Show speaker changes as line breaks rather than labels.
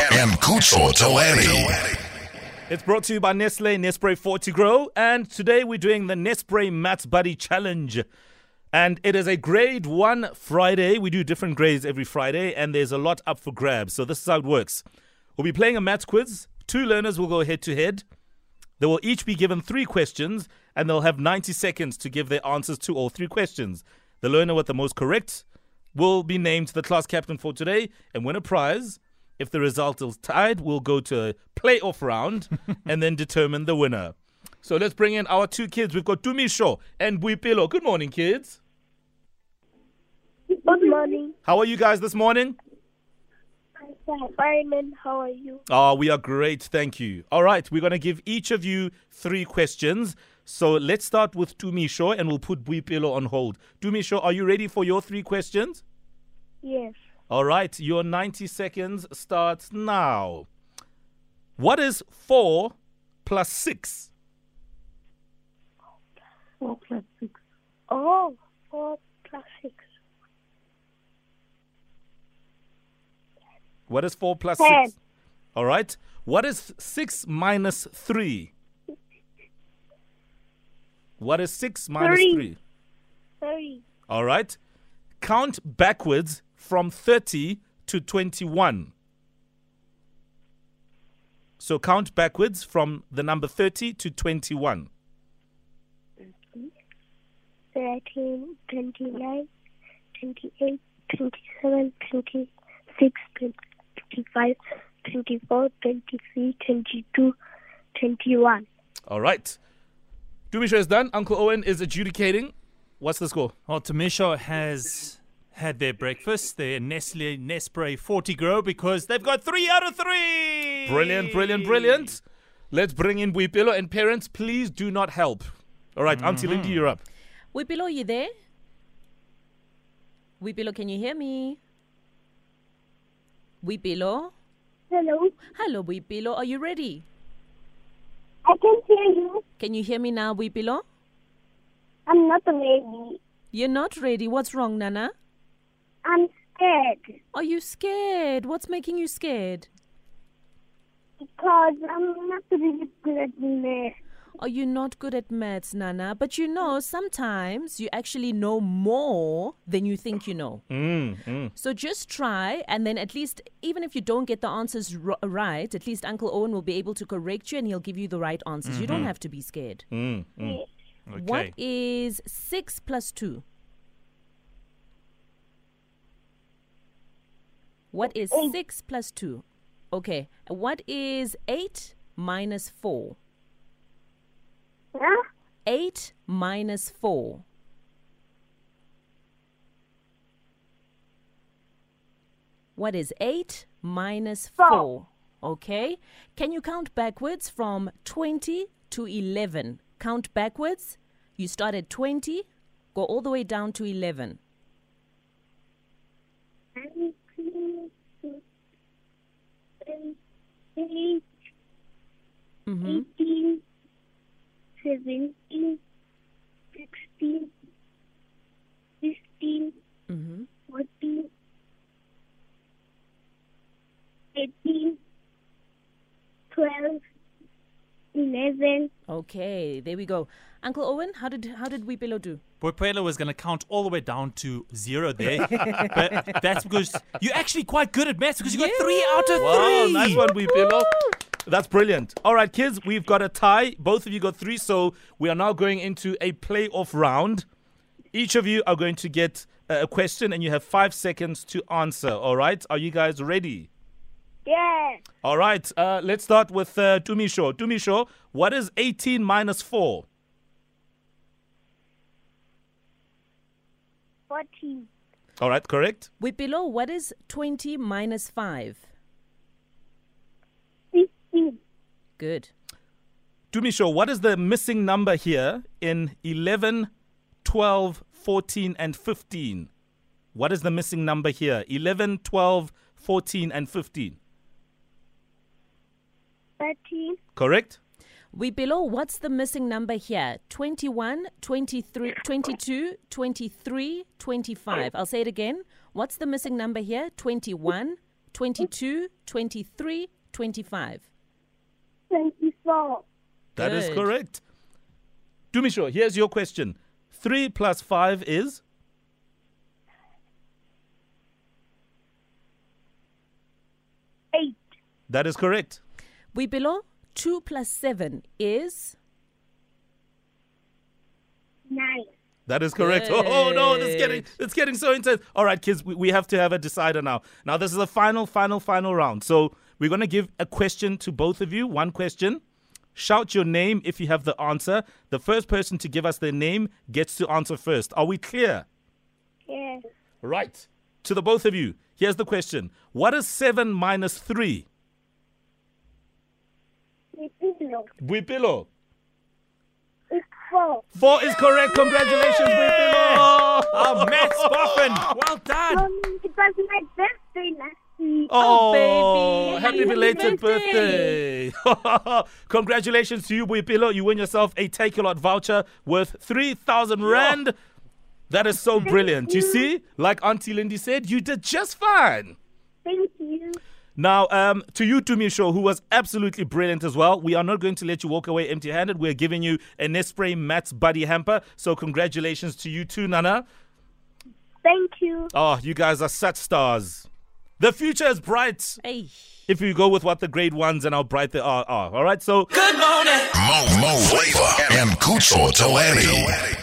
Kucho Tawani.
It's brought to you by Nestle, Nespray 40 Grow, and today we're doing the Nespray Matt Buddy Challenge. And it is a grade one Friday. We do different grades every Friday, and there's a lot up for grabs. So this is how it works. We'll be playing a maths quiz. Two learners will go head to head. They will each be given three questions, and they'll have 90 seconds to give their answers to all three questions. The learner with the most correct will be named the class captain for today and win a prize. If the result is tied, we'll go to a playoff round and then determine the winner. So let's bring in our two kids. We've got Dumisho and Buipilo. Good morning, kids.
Good morning,
How are you guys this morning?
Fireman. How are you?
Ah, we are great, thank you. All right, we're going to give each of you three questions. So let's start with Dumisho and we'll put Buipilo on hold. Dumisho, are you ready for your three questions?
Yes.
All right, your 90 seconds starts now. What is 4 plus 6?
Four plus six. Oh, four plus six.
What is 4 plus
Ten.
6? All right. What is 6 minus 3? What is 6 minus
Three.
3?
Three.
All right. Count backwards from 30 to 21. So count backwards from the number 30 to 21.
Thirteen, twenty-nine, twenty-eight, twenty-seven, twenty-six, twenty-five, twenty-four, twenty-three, twenty-two, twenty-one.
All right. Dumisho is done. Uncle Owen is adjudicating. What's the score?
Well, Tomisho has had their breakfast, their Nestle Nespre 40 Grow, because they've got three out of three.
Brilliant, brilliant, brilliant. Let's bring in Buipilo. And parents, please do not help. All right, Auntie Lindy, you're up.
Wipilo, you there? Wipilo, can you hear me? Wipilo?
Hello,
Hello, Wipilo. Are you ready?
I can hear you.
Can you hear me now, Wipilo?
I'm not ready.
You're not ready. What's wrong, Nana?
I'm scared
Are you scared? What's making you scared?
because I'm not really good at math.
Are you not good at maths, Nana? But you know, sometimes you actually know more than you think you know.
Mm, mm.
So just try, and then at least, even if you don't get the answers r- right, at least Uncle Owen will be able to correct you and he'll give you the right answers. You don't have to be scared.
mm,
Hmm.
Okay.
What is 6 plus 2? What is 6 plus 2? Okay. What is 8 minus 4?
Huh?
8 minus 4. What is 8 minus 4? Okay. Can you count backwards from 20 to 11? Count backwards. You start at 20, go all the way down to 11. Mm-hmm.
Mm. 18, 17, 16, 15,
Mm-hmm.
14, 18, 12, 11.
Okay, there we go. Uncle Owen, how did how did Wipelo do?
Boipelo was going to count all the way down to zero there. but that's because you're actually quite good at maths because you got three out of
Wow,
three.
nice one, Buipilo. That's brilliant. All right, kids, we've got a tie. Both of you got three, so we are now going into a playoff round. Each of you are going to get uh, a question, and you have five seconds to answer. All right, are you guys ready?
Yeah,
All right, uh, let's start with uh, Tumisho. Tumisho, what is 18 minus 4?
14,
All right, correct.
Wipelo, what is 20 minus 5?
15,
Good.
Tumisho, what is the missing number here in 11, 12, 14, and 15? What is the missing number here? 11, 12, 14, and 15.
13,
Correct?
We below what's the missing number here? 21, 23, 22, 23, 25. I'll say it again. What's the missing number here? 21, 22, 23, 25?
24.
That is
Good.
correct. Dumisho, here's your question. Three plus five is?
8.
That is correct.
We below 2 plus 7 is
9.
That is correct. Oh, Oh no, this is getting
Good.
it's getting so intense. All right, kids, we, we have to have a decider now. Now this is the final, final, final round. So we're gonna give a question to both of you. One question. Shout your name if you have the answer. The first person to give us their name gets to answer first. Are we clear?
Yes.
Right. To the both of you, here's the question. What is seven minus three?
It is low.
Buipilo.
It's 4.
Four is correct. Congratulations, Buipilo.
Oh, Matt's boffin. Well done.
Um, it was my birthday last week.
Oh,
baby.
happy
Happy
belated birthday.
birthday.
Congratulations to you, Buipilo. You win yourself a take a lot voucher worth 3,000 Rand. That is so brilliant. You
you.
see, like Auntie Lindy said, you did just fine.
Thank you.
Now, um, to you, Tumisho, who was absolutely brilliant as well, we are not going to let you walk away empty handed. We're giving you a Nespray Matt's Buddy Hamper. So, congratulations to you too, Nana.
Thank you.
Oh, you guys are such stars. The future is bright.
hey.
if you go with what the grade ones and how bright they are are. All right, so
Mo, Mo Flavor and Kutso Toani.